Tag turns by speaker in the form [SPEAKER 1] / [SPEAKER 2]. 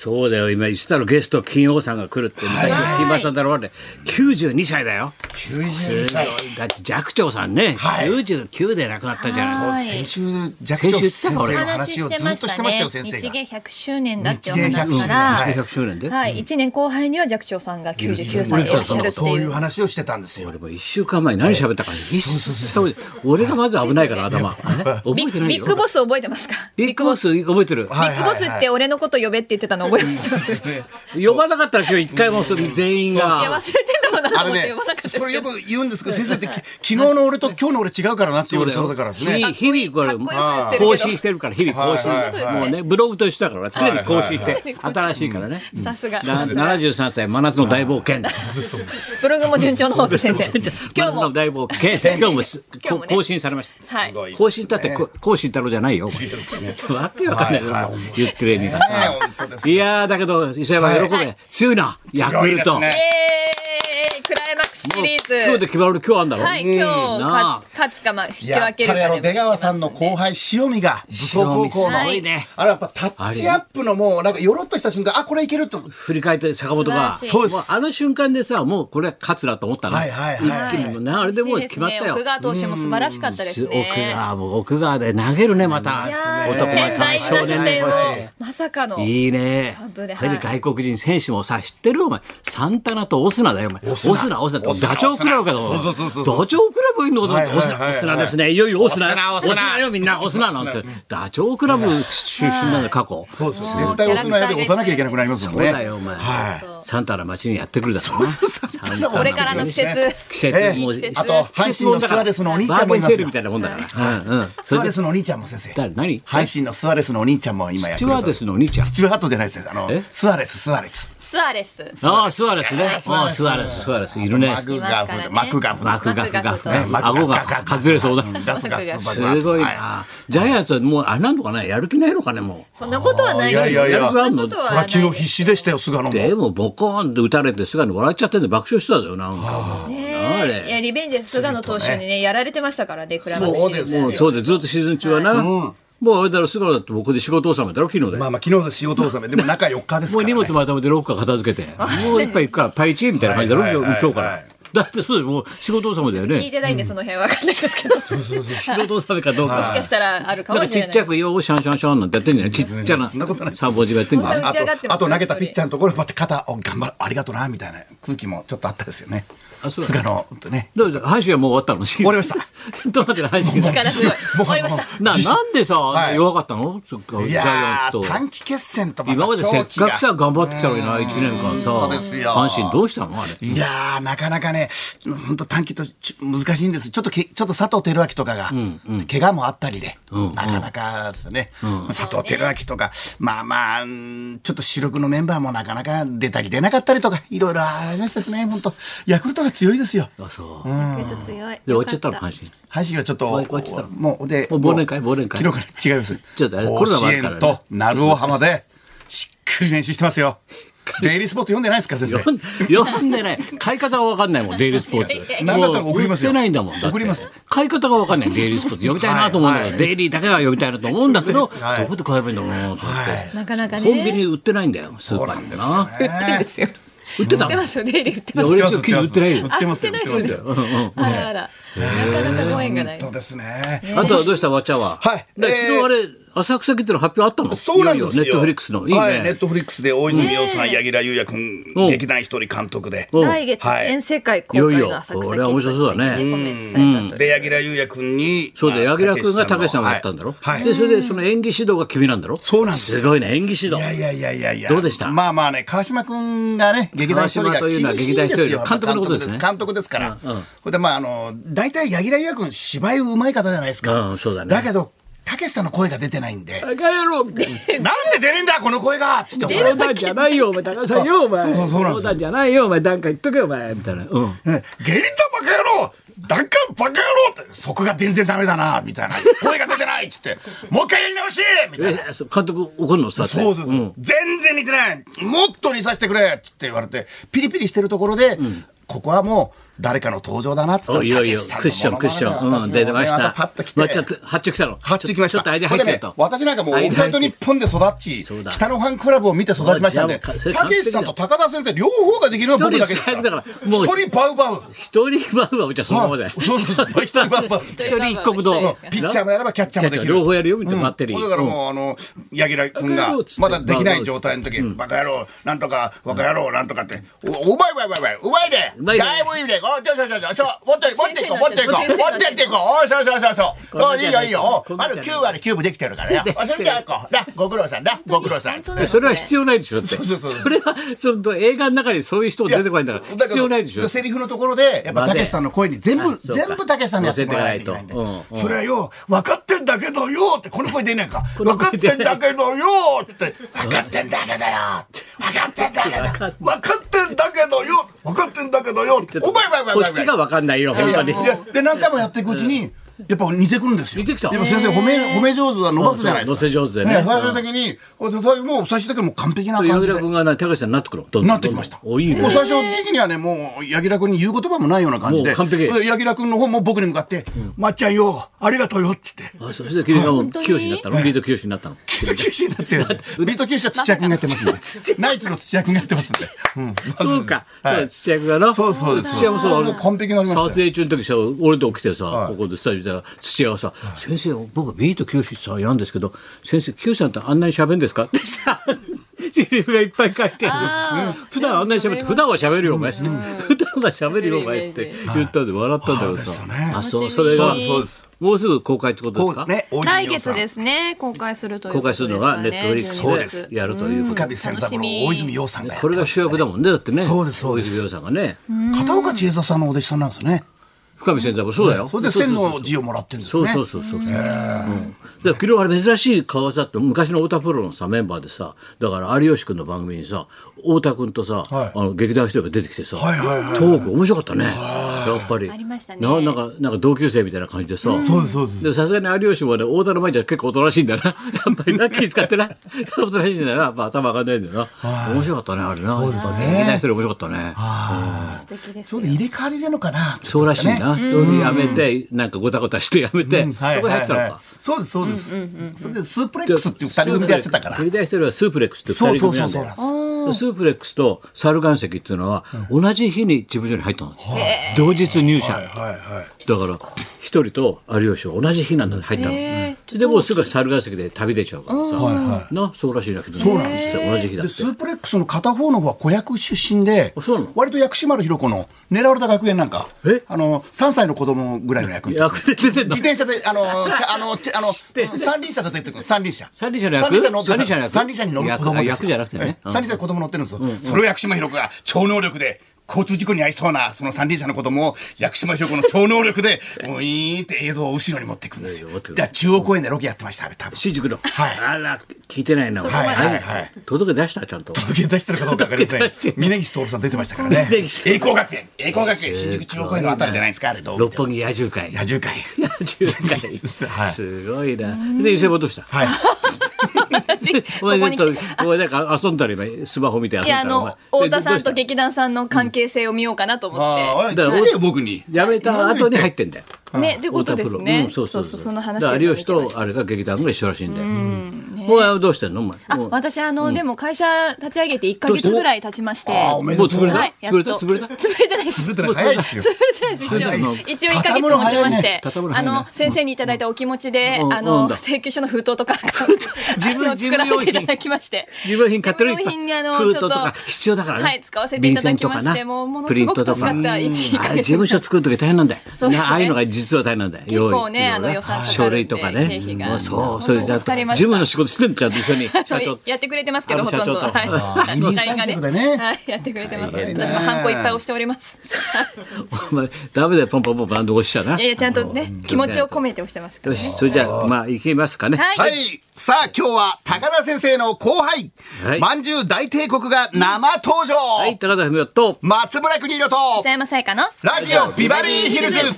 [SPEAKER 1] そうだよ今言ってたのゲスト金王さんが来るって昔聞きましただろうね92歳だよ
[SPEAKER 2] 92歳
[SPEAKER 1] だって寂聴さんね、
[SPEAKER 2] はい
[SPEAKER 1] 99で亡くなったじゃない
[SPEAKER 2] 先週寂聴
[SPEAKER 1] 先週言ってた
[SPEAKER 2] 先生
[SPEAKER 1] か
[SPEAKER 2] の
[SPEAKER 1] 俺
[SPEAKER 2] 話をずっとしてましたよ
[SPEAKER 3] 日
[SPEAKER 2] 先生が
[SPEAKER 3] 芸100周年だってお
[SPEAKER 2] 日芸100周
[SPEAKER 3] 話
[SPEAKER 2] 年
[SPEAKER 3] から、
[SPEAKER 2] はい
[SPEAKER 1] 100周年で、
[SPEAKER 3] はい、1年後輩には寂聴さんが99歳でいらっしゃるって
[SPEAKER 2] そう
[SPEAKER 3] い
[SPEAKER 2] いう
[SPEAKER 3] う。
[SPEAKER 2] 話をしてたんで すよ
[SPEAKER 1] 俺も1週間前に何喋ったか必死そう俺がまず危ないから頭、ね、覚
[SPEAKER 3] ビ
[SPEAKER 1] えてないよ
[SPEAKER 3] ビッグボス覚えてますか
[SPEAKER 1] ビッグボス覚えてる
[SPEAKER 3] ビ
[SPEAKER 2] はい
[SPEAKER 3] ッグボスって俺のこと呼べって言ってたの覚えました。い
[SPEAKER 1] 呼ばなかったら今日一回も全員
[SPEAKER 3] や、
[SPEAKER 1] が
[SPEAKER 3] 忘れてんだろうな
[SPEAKER 2] あの
[SPEAKER 3] と思って
[SPEAKER 2] ね
[SPEAKER 3] 呼ばなかったです
[SPEAKER 2] それ
[SPEAKER 3] け
[SPEAKER 2] よ
[SPEAKER 3] ど。
[SPEAKER 2] く言うんですけど先生ってき昨日の俺と今日の俺違うからなって言われそうだからで すね
[SPEAKER 1] 日々日々これ
[SPEAKER 3] かっこよく
[SPEAKER 1] 更新
[SPEAKER 3] 言ってるけど
[SPEAKER 1] してるから日々更新、
[SPEAKER 2] はいはいはい
[SPEAKER 1] もうねブログと一緒だから常に更新して、新しいからね、
[SPEAKER 3] さすが。
[SPEAKER 1] な73歳真夏の大冒険
[SPEAKER 3] ブログも順調の方で先 生。
[SPEAKER 1] 真
[SPEAKER 3] 今
[SPEAKER 1] 夏
[SPEAKER 3] 日
[SPEAKER 1] の
[SPEAKER 3] も。
[SPEAKER 1] 大冒険今日もす
[SPEAKER 3] 今日もね
[SPEAKER 1] 更新されました
[SPEAKER 3] はい。
[SPEAKER 2] ごい
[SPEAKER 1] 更新だってこ更新太郎じゃないよ。お前わけわかんないよ
[SPEAKER 2] はいはい
[SPEAKER 1] もう言ってる意味がさ
[SPEAKER 2] ねえ本当です。ね
[SPEAKER 1] いやーだけど磯山喜
[SPEAKER 3] は
[SPEAKER 1] べ
[SPEAKER 3] い
[SPEAKER 1] 強いなヤクル
[SPEAKER 2] 強
[SPEAKER 1] ト。
[SPEAKER 2] い
[SPEAKER 1] もう
[SPEAKER 2] ですね
[SPEAKER 3] えーイクライマックスシリーズ。
[SPEAKER 1] 今日で決まるの今日あんだろ。
[SPEAKER 3] はい、今日
[SPEAKER 1] なあ
[SPEAKER 3] か勝つかまあ引
[SPEAKER 2] い
[SPEAKER 3] き
[SPEAKER 2] や
[SPEAKER 3] 分ける
[SPEAKER 2] 彼
[SPEAKER 3] か
[SPEAKER 2] あの
[SPEAKER 3] でも
[SPEAKER 2] 出川さんの後輩塩見が武装高校の
[SPEAKER 1] すごいね。
[SPEAKER 2] あれやっぱタッチアップのもうなんかよろっとした瞬間あこれいけると
[SPEAKER 1] 振り返って坂本が
[SPEAKER 3] 素晴らしい
[SPEAKER 2] そうです
[SPEAKER 1] もうあの瞬間でさもうこれは勝つなと思ったの
[SPEAKER 2] はいはいはい
[SPEAKER 1] 一気にもうねあれでもう決まったよ
[SPEAKER 3] 奥川投手も素晴らしかったです
[SPEAKER 1] 奥
[SPEAKER 3] ね。
[SPEAKER 1] 川も奥川で投げるねまた
[SPEAKER 3] いやー
[SPEAKER 1] 男前
[SPEAKER 3] 仙台
[SPEAKER 1] から
[SPEAKER 3] 育英
[SPEAKER 1] 少
[SPEAKER 3] の初
[SPEAKER 1] 年
[SPEAKER 3] 戦
[SPEAKER 1] の
[SPEAKER 3] を
[SPEAKER 1] 声
[SPEAKER 3] まさかの
[SPEAKER 1] いいね
[SPEAKER 3] ブで。
[SPEAKER 1] それで
[SPEAKER 3] は
[SPEAKER 1] 外国人選手もさ、知ってるお前。サンタナとオスナだよ、お前。オス
[SPEAKER 2] スナ
[SPEAKER 1] ナ、オスナ。
[SPEAKER 2] オスナ
[SPEAKER 1] ダチョウクラブかと思
[SPEAKER 2] そうそうそうそう
[SPEAKER 1] ダチョウクラブいんのかと思って
[SPEAKER 2] はい
[SPEAKER 1] オ
[SPEAKER 2] はい
[SPEAKER 1] ス
[SPEAKER 2] はいは
[SPEAKER 1] ナ、
[SPEAKER 2] い
[SPEAKER 1] オスナですね。いよいよオスナ。
[SPEAKER 2] オスナ
[SPEAKER 1] オスナよ、みん な。オスナなんですよ。ダチョウクラブ出身なんだよ、過去。
[SPEAKER 2] そうですね絶対押すなよで押さなきゃいけなくなりますよ
[SPEAKER 1] そうだ
[SPEAKER 2] ね
[SPEAKER 1] よ、お前。
[SPEAKER 2] はい
[SPEAKER 1] サンタナ街にやってくるだろうな。サンタナ
[SPEAKER 3] これからの季節。
[SPEAKER 1] 季節もう
[SPEAKER 3] いい季節
[SPEAKER 2] あと阪神のスアレスのお兄ちゃ
[SPEAKER 1] バー
[SPEAKER 2] んもい
[SPEAKER 1] ボン
[SPEAKER 2] ま
[SPEAKER 1] セ
[SPEAKER 2] す
[SPEAKER 1] ール
[SPEAKER 2] よ
[SPEAKER 1] みたいなもんだから。うんうん。
[SPEAKER 2] ス
[SPEAKER 1] それ
[SPEAKER 2] アレ
[SPEAKER 1] で、
[SPEAKER 2] スのお兄ちゃんも先生
[SPEAKER 1] 誰何
[SPEAKER 2] 阪神のスアレスのお兄ちゃんも今
[SPEAKER 1] ス
[SPEAKER 2] やって
[SPEAKER 1] チ
[SPEAKER 2] る
[SPEAKER 1] ュワーデスのお兄ちゃん
[SPEAKER 2] ス。チュワートじゃないですよあの
[SPEAKER 1] え
[SPEAKER 2] スアレススアレス
[SPEAKER 3] スアレス。
[SPEAKER 1] ああ、スワレスね。ああ、ス
[SPEAKER 2] ワレス
[SPEAKER 1] ワレス、スワレス。いるね
[SPEAKER 2] マ。グガフでマクガフ
[SPEAKER 1] マクガフガフね。顎が外れそうだ。
[SPEAKER 2] ガフガフガフ
[SPEAKER 1] すごいな。ジャイアンツはもう、あ、なんとかね、やる気ないのかね、も
[SPEAKER 3] そんなことはないです。
[SPEAKER 2] いやいやいや
[SPEAKER 3] そんなことはないです。
[SPEAKER 2] 昨日必死でしたよ菅野
[SPEAKER 1] う。で
[SPEAKER 2] も
[SPEAKER 1] も、ボコーンって打たれて、菅野笑っちゃってんで爆笑してたぞよ、なんかもう。なあ
[SPEAKER 3] ねいや
[SPEAKER 1] れ。
[SPEAKER 3] リベンジです菅野投手にねやられてましたからねクラブ
[SPEAKER 2] そうですよ
[SPEAKER 1] もう、そうで、ずっとシーズン中はな。もう、あれだろ、菅野だって僕で仕事納めだろ、昨日で
[SPEAKER 2] ま。あまあ昨日の仕事納めでも中4日です
[SPEAKER 1] もう
[SPEAKER 2] から
[SPEAKER 1] 荷
[SPEAKER 2] ね
[SPEAKER 1] 物まとめてロッカー片付けて、もう一杯行くから、パイチーみたいな感じだろ、
[SPEAKER 2] はいはいは
[SPEAKER 1] 今
[SPEAKER 2] いは
[SPEAKER 1] 日
[SPEAKER 2] い
[SPEAKER 1] から。だってそうだよ、もう仕事納めだよ
[SPEAKER 3] 聞い
[SPEAKER 1] ね。
[SPEAKER 3] てないんでその辺は分かんないですけど。そうそうそう。もし
[SPEAKER 1] 仕事納めかどうかは。
[SPEAKER 3] かしたらあるか
[SPEAKER 1] なんか
[SPEAKER 3] もし
[SPEAKER 1] ち
[SPEAKER 3] れ
[SPEAKER 1] っ
[SPEAKER 3] ない
[SPEAKER 1] ち。ゃくようシャンシャンシャンなんてやってんじゃないちっちゃな
[SPEAKER 2] そんなことない
[SPEAKER 1] サーボジがやってんじゃない
[SPEAKER 2] あ
[SPEAKER 3] 打ち上がって
[SPEAKER 2] と
[SPEAKER 3] ます
[SPEAKER 2] あと投げたピッチャーのところまた肩を頑張るありがとうなみたいな空気もちょっとあったですよね
[SPEAKER 1] あそう
[SPEAKER 2] 菅野とね
[SPEAKER 1] どうですか阪神はもう終わったの終
[SPEAKER 2] わりました
[SPEAKER 1] た。 どうなってる阪神
[SPEAKER 3] 力強い。終わりました。
[SPEAKER 1] ななんでさ、
[SPEAKER 2] はい
[SPEAKER 1] 弱かったのそっか
[SPEAKER 2] い
[SPEAKER 1] ジャイア
[SPEAKER 2] や
[SPEAKER 1] ンツと
[SPEAKER 2] ー。短期決戦とまた
[SPEAKER 1] 今までせっ
[SPEAKER 2] 長期が
[SPEAKER 1] かくさ、頑張ってきたのにな、1年間さ。
[SPEAKER 2] 本当ですよ
[SPEAKER 1] 阪神どうしたのあれ。
[SPEAKER 2] いやーなかなかね、本当短期とちょ難しいんです。ちょっとけちょっと佐藤輝明とかが、怪我もあったりで、
[SPEAKER 1] んうん
[SPEAKER 2] なかなかですね、佐藤輝明とか、まあまあ、うんちょっと主力のメンバーもなかなか出たり出なかったりとか、いろいろありましたですね。本当ヤクルトが強いですよ。
[SPEAKER 1] あ、そう。
[SPEAKER 3] えっと強い。
[SPEAKER 1] で、終わっちゃったの、
[SPEAKER 3] よ
[SPEAKER 1] 阪
[SPEAKER 3] か
[SPEAKER 1] 神。
[SPEAKER 2] 阪神はちょっ
[SPEAKER 1] わ終わっちゃった
[SPEAKER 2] と、もうで、
[SPEAKER 1] もう忘年会
[SPEAKER 2] もう
[SPEAKER 1] 忘年会
[SPEAKER 2] 昨日から違います。
[SPEAKER 1] ちょっとあれコ
[SPEAKER 2] 甲
[SPEAKER 1] ロナもあ
[SPEAKER 2] 子
[SPEAKER 1] るからね
[SPEAKER 2] 園と鳴尾浜で、しっかり練習してま すよ。デイリースポット読んでないですか、先生。
[SPEAKER 1] 読んでない。買い方が分かんないもん、 デイリースポーツ。
[SPEAKER 2] なんだったら送りますよ
[SPEAKER 1] もう売ってないんだもん。だって
[SPEAKER 2] 送ります。
[SPEAKER 1] 買い方が分かんない、デイリースポーツ。読みたいなと思うんだけ
[SPEAKER 2] は
[SPEAKER 1] ど、
[SPEAKER 2] い
[SPEAKER 1] デイリーだけは読みたいなと思うんだけど、どこ
[SPEAKER 2] はい
[SPEAKER 1] で買えばいいんだろうなと思って。
[SPEAKER 3] なかなかね。
[SPEAKER 1] コンビニ売ってないんだよ、スーパーにもな。
[SPEAKER 3] 売ってんですよ。
[SPEAKER 1] 売ってた
[SPEAKER 3] 売ってますよ。デイリー売ってま
[SPEAKER 1] いや
[SPEAKER 3] す。
[SPEAKER 1] 俺の記事売ってないよ
[SPEAKER 2] 売ってますよ。
[SPEAKER 3] あ
[SPEAKER 2] 売
[SPEAKER 3] 売っ
[SPEAKER 2] っててま
[SPEAKER 3] ないですす
[SPEAKER 2] よ。
[SPEAKER 3] あらあら。なかなかご縁がない。
[SPEAKER 2] そうですね。
[SPEAKER 1] あとはどうしたわちゃは。
[SPEAKER 2] はい
[SPEAKER 1] で
[SPEAKER 2] えー
[SPEAKER 1] 昨日あれ、浅草キッドの発表あったの
[SPEAKER 2] そうなんですよ。
[SPEAKER 1] いよいよネットフリックスの。いい
[SPEAKER 2] はい、ネッ
[SPEAKER 1] ね。
[SPEAKER 2] トフリックスで大泉洋さん、柳楽優弥
[SPEAKER 1] う
[SPEAKER 2] 君、
[SPEAKER 1] ん
[SPEAKER 2] 劇団一人監督で。
[SPEAKER 1] うん
[SPEAKER 3] 来月
[SPEAKER 2] はい
[SPEAKER 3] 全世界公開の浅草
[SPEAKER 1] いよいよこれは面白そうだね
[SPEAKER 3] キッズにねコメントされたという
[SPEAKER 2] で、柳楽優弥君に。
[SPEAKER 1] そうだ、
[SPEAKER 2] あ
[SPEAKER 1] 柳楽君がたけしさんがやったんだろ
[SPEAKER 2] はい。はい
[SPEAKER 1] で、それでその演技指導が君なんだろ
[SPEAKER 2] そうなんです
[SPEAKER 1] すごいね、演技指導
[SPEAKER 2] い。やいやいやいやいや。
[SPEAKER 1] どうでした
[SPEAKER 2] まあまあね、川島君がね、劇団一人が
[SPEAKER 1] 川島というのは
[SPEAKER 2] 厳しいんです
[SPEAKER 1] 劇
[SPEAKER 2] よ。
[SPEAKER 1] 団ひとり監督のことですね
[SPEAKER 2] 監督ですから。
[SPEAKER 1] うんうん
[SPEAKER 2] それでまあ、あの、大体柳楽優弥君芝居うまい方じゃないですか。
[SPEAKER 1] うんそうだね
[SPEAKER 2] けど、たけしさんの声が出てないんで、
[SPEAKER 1] バカ野郎みたいな
[SPEAKER 2] なんで出るんだ、この声がつって怒られ
[SPEAKER 1] 冗談じゃない よ、お前、高橋さんよ、お前。
[SPEAKER 2] そうそうそうなん
[SPEAKER 1] 冗
[SPEAKER 2] です
[SPEAKER 1] 談じゃないよ、お前、なんか言っとけよ、お前。みたいな。うん。
[SPEAKER 2] ねゲリッタバカ野郎ダンカンバカ野郎って、そこが全然ダメだな、みたいな。声が出てないっ つって、もう一回やり直しみたいな。
[SPEAKER 1] え、そう監督怒るのさ、
[SPEAKER 2] そうそうそう
[SPEAKER 1] うん
[SPEAKER 2] 全然似てないもっと似させてくれっつって言われて、ピリピリしてるところで、ここはもう、誰かの登場だなって言
[SPEAKER 1] おいよいよ
[SPEAKER 2] たけしさんの
[SPEAKER 1] クッション
[SPEAKER 2] モ
[SPEAKER 1] クッ
[SPEAKER 2] ノマネ
[SPEAKER 1] ション、うん、出てました
[SPEAKER 2] だ私もねあとパッと来て
[SPEAKER 1] まあちょっと発注来たの
[SPEAKER 2] 張ってきました。
[SPEAKER 1] ちょっと間入ってると、
[SPEAKER 2] これね私なんかもう、オールナイトニッポンで育ち
[SPEAKER 1] そう、だ
[SPEAKER 2] 北のファンクラブを見て育ちましたんで、
[SPEAKER 1] そ
[SPEAKER 2] た
[SPEAKER 1] うそれ完
[SPEAKER 2] け
[SPEAKER 1] 璧だ
[SPEAKER 2] しさんと高田先生、両方ができるのは僕だけですか
[SPEAKER 1] 一人だ
[SPEAKER 2] ら。
[SPEAKER 1] からもう
[SPEAKER 2] 一人バウバウ。
[SPEAKER 1] 一人バウアーじゃあそのままで、
[SPEAKER 2] はいそうそう一人バウバウ。
[SPEAKER 1] 一人一国
[SPEAKER 3] う
[SPEAKER 1] 道
[SPEAKER 3] ん
[SPEAKER 2] ピッチャーもやればキャッチャーもできる。
[SPEAKER 1] 両方やるよみたいなバッテリー、
[SPEAKER 2] うんだからもう、あの、柳楽君
[SPEAKER 1] バカ野
[SPEAKER 2] が
[SPEAKER 1] 郎っつって
[SPEAKER 2] まだできない状態の時、バカ野郎、なんとか、バカ野郎、なんとかって、おうまいうまいうまいうまいうまいね
[SPEAKER 1] うまいね
[SPEAKER 2] だいぶいいねおちょちょちょちょちょ持って持っていこう、持っていこう、
[SPEAKER 3] 先生
[SPEAKER 2] 持ってっていこう、おいそうそうそうそう、
[SPEAKER 1] こ
[SPEAKER 2] お
[SPEAKER 1] んない
[SPEAKER 2] い
[SPEAKER 1] じ
[SPEAKER 2] い
[SPEAKER 1] ゃ
[SPEAKER 2] よ
[SPEAKER 1] ない
[SPEAKER 2] いいよ、
[SPEAKER 1] こん
[SPEAKER 2] あ
[SPEAKER 1] なじゃない
[SPEAKER 2] るキューブあるキューブできてるからよ、あそれじゃあこう、な、ご苦労さん、な、ご苦労さん。
[SPEAKER 1] えそれは必要ないでしょだって
[SPEAKER 2] そうそうそう
[SPEAKER 1] それはその映画の中にそういう人出てこないんだから
[SPEAKER 2] だけど
[SPEAKER 1] 必要ないでしょ
[SPEAKER 2] セリフのところで、やっぱ、たけしさんの声に全
[SPEAKER 1] ま
[SPEAKER 2] 部、
[SPEAKER 1] あそうか
[SPEAKER 2] 全部たけしさんにやってもらわないといけないんで
[SPEAKER 1] 乗せていかないとうんうん
[SPEAKER 2] それはよ、分かってんだけどよって、この声出ないか。分かってんだけどよって、分かってんだけどよ分かってんだけど、分かってんだけどよ分かってんだけどよお前お前お前お
[SPEAKER 1] こ
[SPEAKER 2] 前
[SPEAKER 1] っちが分かんないよ本当に
[SPEAKER 2] いやで、何回もやっていくうちに、やっぱ似てくるんですよ。
[SPEAKER 1] 似てきた
[SPEAKER 2] やっぱ先生、褒め、褒め上手は伸ばすじゃないですか。
[SPEAKER 1] うんそう乗せ上手でね
[SPEAKER 2] 最終的に、もう最終的にもう完璧な感
[SPEAKER 1] 柳
[SPEAKER 2] じで
[SPEAKER 1] 楽。君がな高橋さんになってくるのどんどん
[SPEAKER 2] なってきました。
[SPEAKER 1] おいいね
[SPEAKER 2] もう最初的にはね、もう、柳楽君に言う言葉もないような感じで。
[SPEAKER 1] もう完璧
[SPEAKER 2] で柳楽君の方も僕に向かって、まっちゃんよ、ありがとうよって言って。
[SPEAKER 1] あそして君がもう
[SPEAKER 3] 本当に
[SPEAKER 1] 清になったのビート清になったの
[SPEAKER 2] ビート九州になってるんです。ビート九州は土屋君になってますね。ナイツの土屋君になってますんで。うん
[SPEAKER 1] そうか、
[SPEAKER 2] はい
[SPEAKER 1] 土屋君がな
[SPEAKER 2] そうそうです
[SPEAKER 1] 土屋もそう
[SPEAKER 2] もう完璧になりましたよ
[SPEAKER 1] 撮影中の時さ俺と起きてさ、ここでスタジオで土屋がさ「先生僕ビート清さんやんですけど先生清さんってあんなに喋るんですか?」 ってさセリフがいっぱい書いてある普段あんなに喋って普段は喋るよお前っつって 普段は喋るよお前っつって言ったんで笑ったんだけど
[SPEAKER 2] そう
[SPEAKER 1] さ
[SPEAKER 2] ですよね
[SPEAKER 1] あそうそれが
[SPEAKER 2] そうですそうです
[SPEAKER 1] もうすぐ公開ってことです
[SPEAKER 2] こ
[SPEAKER 1] か
[SPEAKER 2] うね、大泉
[SPEAKER 3] 来
[SPEAKER 2] 洋さ
[SPEAKER 3] 月
[SPEAKER 2] ん。
[SPEAKER 3] ですね公開するという
[SPEAKER 1] 公
[SPEAKER 3] こ
[SPEAKER 1] 開
[SPEAKER 3] とですす
[SPEAKER 1] る
[SPEAKER 3] か
[SPEAKER 1] の
[SPEAKER 3] ね
[SPEAKER 1] はネットフリック
[SPEAKER 3] 12
[SPEAKER 1] ス
[SPEAKER 2] そうで
[SPEAKER 1] ですやると いうこと
[SPEAKER 2] 深見千三郎の大泉洋さんがやって
[SPEAKER 1] これが主役だもんねだってね
[SPEAKER 2] そうですそうです
[SPEAKER 1] 大泉洋さんがね
[SPEAKER 2] 片岡千恵三さんのお弟子さんなんですね。
[SPEAKER 1] 深見先生もそうだよ
[SPEAKER 2] それで千の字をもらってるんです
[SPEAKER 1] そう
[SPEAKER 2] ね。
[SPEAKER 1] そうそうそう。うん、だから昨日あれ珍しい顔だって昔の太田プロのさメンバーでさだから有吉君の番組にさ太田君とさ、
[SPEAKER 2] はい
[SPEAKER 1] あの劇団一人が出てきてさ、
[SPEAKER 2] はいはいはい
[SPEAKER 1] トーク面白かったねやっぱり
[SPEAKER 3] ありましたね
[SPEAKER 1] ななんかなんか同級生みたいな感じでさ、
[SPEAKER 2] そうです、そうです。
[SPEAKER 1] でもさすがに有吉もね太田の前じゃ結構おとなしいんだな やっぱりな気使ってなおとなしいんだよな、まあ、頭上がんないんだよな面白かったねあれなそうですね劇団一人面白かったね
[SPEAKER 3] 素敵です
[SPEAKER 2] そ
[SPEAKER 3] よ
[SPEAKER 2] れで入れ替わりなのかな。
[SPEAKER 1] そうらしいな、そういうふうにやめてなんかごたごたしてやめて、そこへ入ってたのか。
[SPEAKER 2] そうですそうです、それでスープレックスっていう二人組でやってたから
[SPEAKER 1] 劇団一人はスープレックスって二人組なんだ
[SPEAKER 2] そうそうそうそうな
[SPEAKER 1] よ
[SPEAKER 2] んです
[SPEAKER 1] でスープレックスとサル岩石っていうのは同じ日に事務所に入ったの、同日入社、
[SPEAKER 2] はいはい
[SPEAKER 1] だから一人と有吉は同じ日なんだね入ったの、
[SPEAKER 3] へ
[SPEAKER 1] それでもうすぐ猿岩石で旅出ちゃうからさ、なそうらしいんだけど、そうなんですよ同じ日だっ
[SPEAKER 2] で
[SPEAKER 1] て
[SPEAKER 2] スープレックスの片方の方は子役出身で
[SPEAKER 1] あそうなの
[SPEAKER 2] 割と薬師丸ひろ子の狙われた学園なんか
[SPEAKER 1] え
[SPEAKER 2] あの3歳の子供ぐらいの役に
[SPEAKER 1] 役で出てんの
[SPEAKER 2] 自転車で あのちゃあのちゃあの
[SPEAKER 1] 知ってる
[SPEAKER 2] 三輪車が出てくる三輪車
[SPEAKER 1] 三輪車の役
[SPEAKER 2] 三輪車乗ってる
[SPEAKER 1] 三輪車の役
[SPEAKER 2] 三輪車に乗る子供ですよ
[SPEAKER 1] 役あ役じゃなくてね
[SPEAKER 2] え三輪車に子供乗ってるんですよそれを薬師丸ひろ子が超能力で交通事故に遭いそうなその三輪車の子供を薬師丸ひろ子の超能力でウィーンって映像を後ろに持っていくんで す
[SPEAKER 1] いやい
[SPEAKER 2] よ
[SPEAKER 1] や持ってくる
[SPEAKER 2] だから中央公園でロケやってましたあれ多分
[SPEAKER 1] 新宿の、
[SPEAKER 2] は
[SPEAKER 1] あら聞いてないな、
[SPEAKER 2] はい
[SPEAKER 1] 俺
[SPEAKER 2] はいはい
[SPEAKER 1] 届け出したちゃんと
[SPEAKER 2] 届け出してるかどうか分かりませ
[SPEAKER 1] 届け出して
[SPEAKER 2] ん
[SPEAKER 1] る
[SPEAKER 2] 峯岸徹さん出てましたからね
[SPEAKER 1] 峯岸
[SPEAKER 2] 栄光学園栄光学園新宿中央公園のあたりじゃないですかあれどう見
[SPEAKER 1] 六
[SPEAKER 2] ても
[SPEAKER 1] 本木野獣会
[SPEAKER 2] 野獣会
[SPEAKER 1] 野獣会、
[SPEAKER 2] は い
[SPEAKER 1] すごいなで伊勢坊どうした
[SPEAKER 2] はい
[SPEAKER 3] 私
[SPEAKER 1] お
[SPEAKER 3] こ
[SPEAKER 1] 前
[SPEAKER 3] こに来て
[SPEAKER 1] お前なんか遊んだり今スマホ見て遊ん
[SPEAKER 3] い
[SPEAKER 1] だ
[SPEAKER 3] や
[SPEAKER 1] らお
[SPEAKER 3] あの
[SPEAKER 1] 前
[SPEAKER 3] 太田さんと
[SPEAKER 1] で
[SPEAKER 3] 劇団さんの関係性を見ようかなと思 っ
[SPEAKER 2] ああ
[SPEAKER 1] だから
[SPEAKER 2] 聞いてよ僕に
[SPEAKER 1] どうしたやめた後に入ってんだよ
[SPEAKER 3] てねってこと
[SPEAKER 1] 太田
[SPEAKER 3] で
[SPEAKER 1] プ
[SPEAKER 3] す
[SPEAKER 1] ロ
[SPEAKER 3] ね
[SPEAKER 1] うん
[SPEAKER 3] そ
[SPEAKER 1] そうう
[SPEAKER 3] そ
[SPEAKER 1] そうう
[SPEAKER 3] その話
[SPEAKER 1] だ
[SPEAKER 3] を
[SPEAKER 1] から有吉
[SPEAKER 3] 今見
[SPEAKER 1] と
[SPEAKER 3] てました
[SPEAKER 1] あれが劇団が一緒らしいんだよお前はどうしてんのお前
[SPEAKER 3] あ
[SPEAKER 1] もう
[SPEAKER 3] 私あのでも会社立ち上げて1か月ぐらい経ちまして
[SPEAKER 2] あおめで
[SPEAKER 1] もう
[SPEAKER 2] とう
[SPEAKER 1] 潰れた
[SPEAKER 3] はいやっ
[SPEAKER 1] 潰れた
[SPEAKER 3] と
[SPEAKER 1] 潰れた
[SPEAKER 3] 潰れてないです
[SPEAKER 2] 潰れたら早いですよ
[SPEAKER 3] 潰れてないです一応一応1ヶ月持ちまして、
[SPEAKER 1] 畳むの
[SPEAKER 3] あ
[SPEAKER 1] 早いね
[SPEAKER 3] の先生にいただいたお気持ちで、
[SPEAKER 1] うん
[SPEAKER 3] あ
[SPEAKER 1] う
[SPEAKER 3] の
[SPEAKER 1] んだ
[SPEAKER 3] 請求書の封筒とか
[SPEAKER 1] 自分
[SPEAKER 3] あの作らせていただきまして
[SPEAKER 1] 自分品買ってる
[SPEAKER 3] 自分品にあの
[SPEAKER 1] 封筒
[SPEAKER 3] ち
[SPEAKER 1] と
[SPEAKER 3] ょっと
[SPEAKER 1] か必要だからね
[SPEAKER 3] はい使わせていただきま
[SPEAKER 1] 便箋
[SPEAKER 3] し
[SPEAKER 1] とか
[SPEAKER 3] て
[SPEAKER 1] な
[SPEAKER 3] もうもの
[SPEAKER 1] プ
[SPEAKER 3] す
[SPEAKER 1] リン
[SPEAKER 3] ごく
[SPEAKER 1] トと
[SPEAKER 3] 助
[SPEAKER 1] か
[SPEAKER 3] かった1
[SPEAKER 1] あ
[SPEAKER 3] ヶ
[SPEAKER 1] れ事
[SPEAKER 3] 月
[SPEAKER 1] 務所作る時大変なんだよ
[SPEAKER 3] そうですね
[SPEAKER 1] なああいうのが実は大変なんだよ
[SPEAKER 3] 結構ね
[SPEAKER 1] 用意
[SPEAKER 3] あの予算かかるんで
[SPEAKER 1] 書類とかね
[SPEAKER 3] 経費が
[SPEAKER 1] もうそうそれじゃあ
[SPEAKER 3] 助かりました
[SPEAKER 1] 事務の仕事してんのちゃんと一緒 に社長
[SPEAKER 3] やってくれてますけど
[SPEAKER 1] あの
[SPEAKER 3] ほとん
[SPEAKER 1] 社
[SPEAKER 3] ど
[SPEAKER 1] 長と
[SPEAKER 2] あ
[SPEAKER 3] は
[SPEAKER 2] ー
[SPEAKER 3] い社員が
[SPEAKER 2] 二人三脚でね
[SPEAKER 3] はいやってくれてます
[SPEAKER 1] 大変だ
[SPEAKER 3] 私もハンコいっぱい押してお ります
[SPEAKER 1] お前ダメだよポンポンポンバンド押しちゃうない
[SPEAKER 3] やいやちゃんとね気持ちを込めて押してますから
[SPEAKER 1] よしそれじゃあまあ行きますかね
[SPEAKER 3] はい、
[SPEAKER 2] はい。さあ、今日は高田先生の後輩、
[SPEAKER 1] はい
[SPEAKER 2] まんじゅう大帝国が生登場、
[SPEAKER 1] はい高田文夫と
[SPEAKER 2] 松村邦洋と、
[SPEAKER 3] 磯山さやかの
[SPEAKER 2] ラジオビバリーヒルズ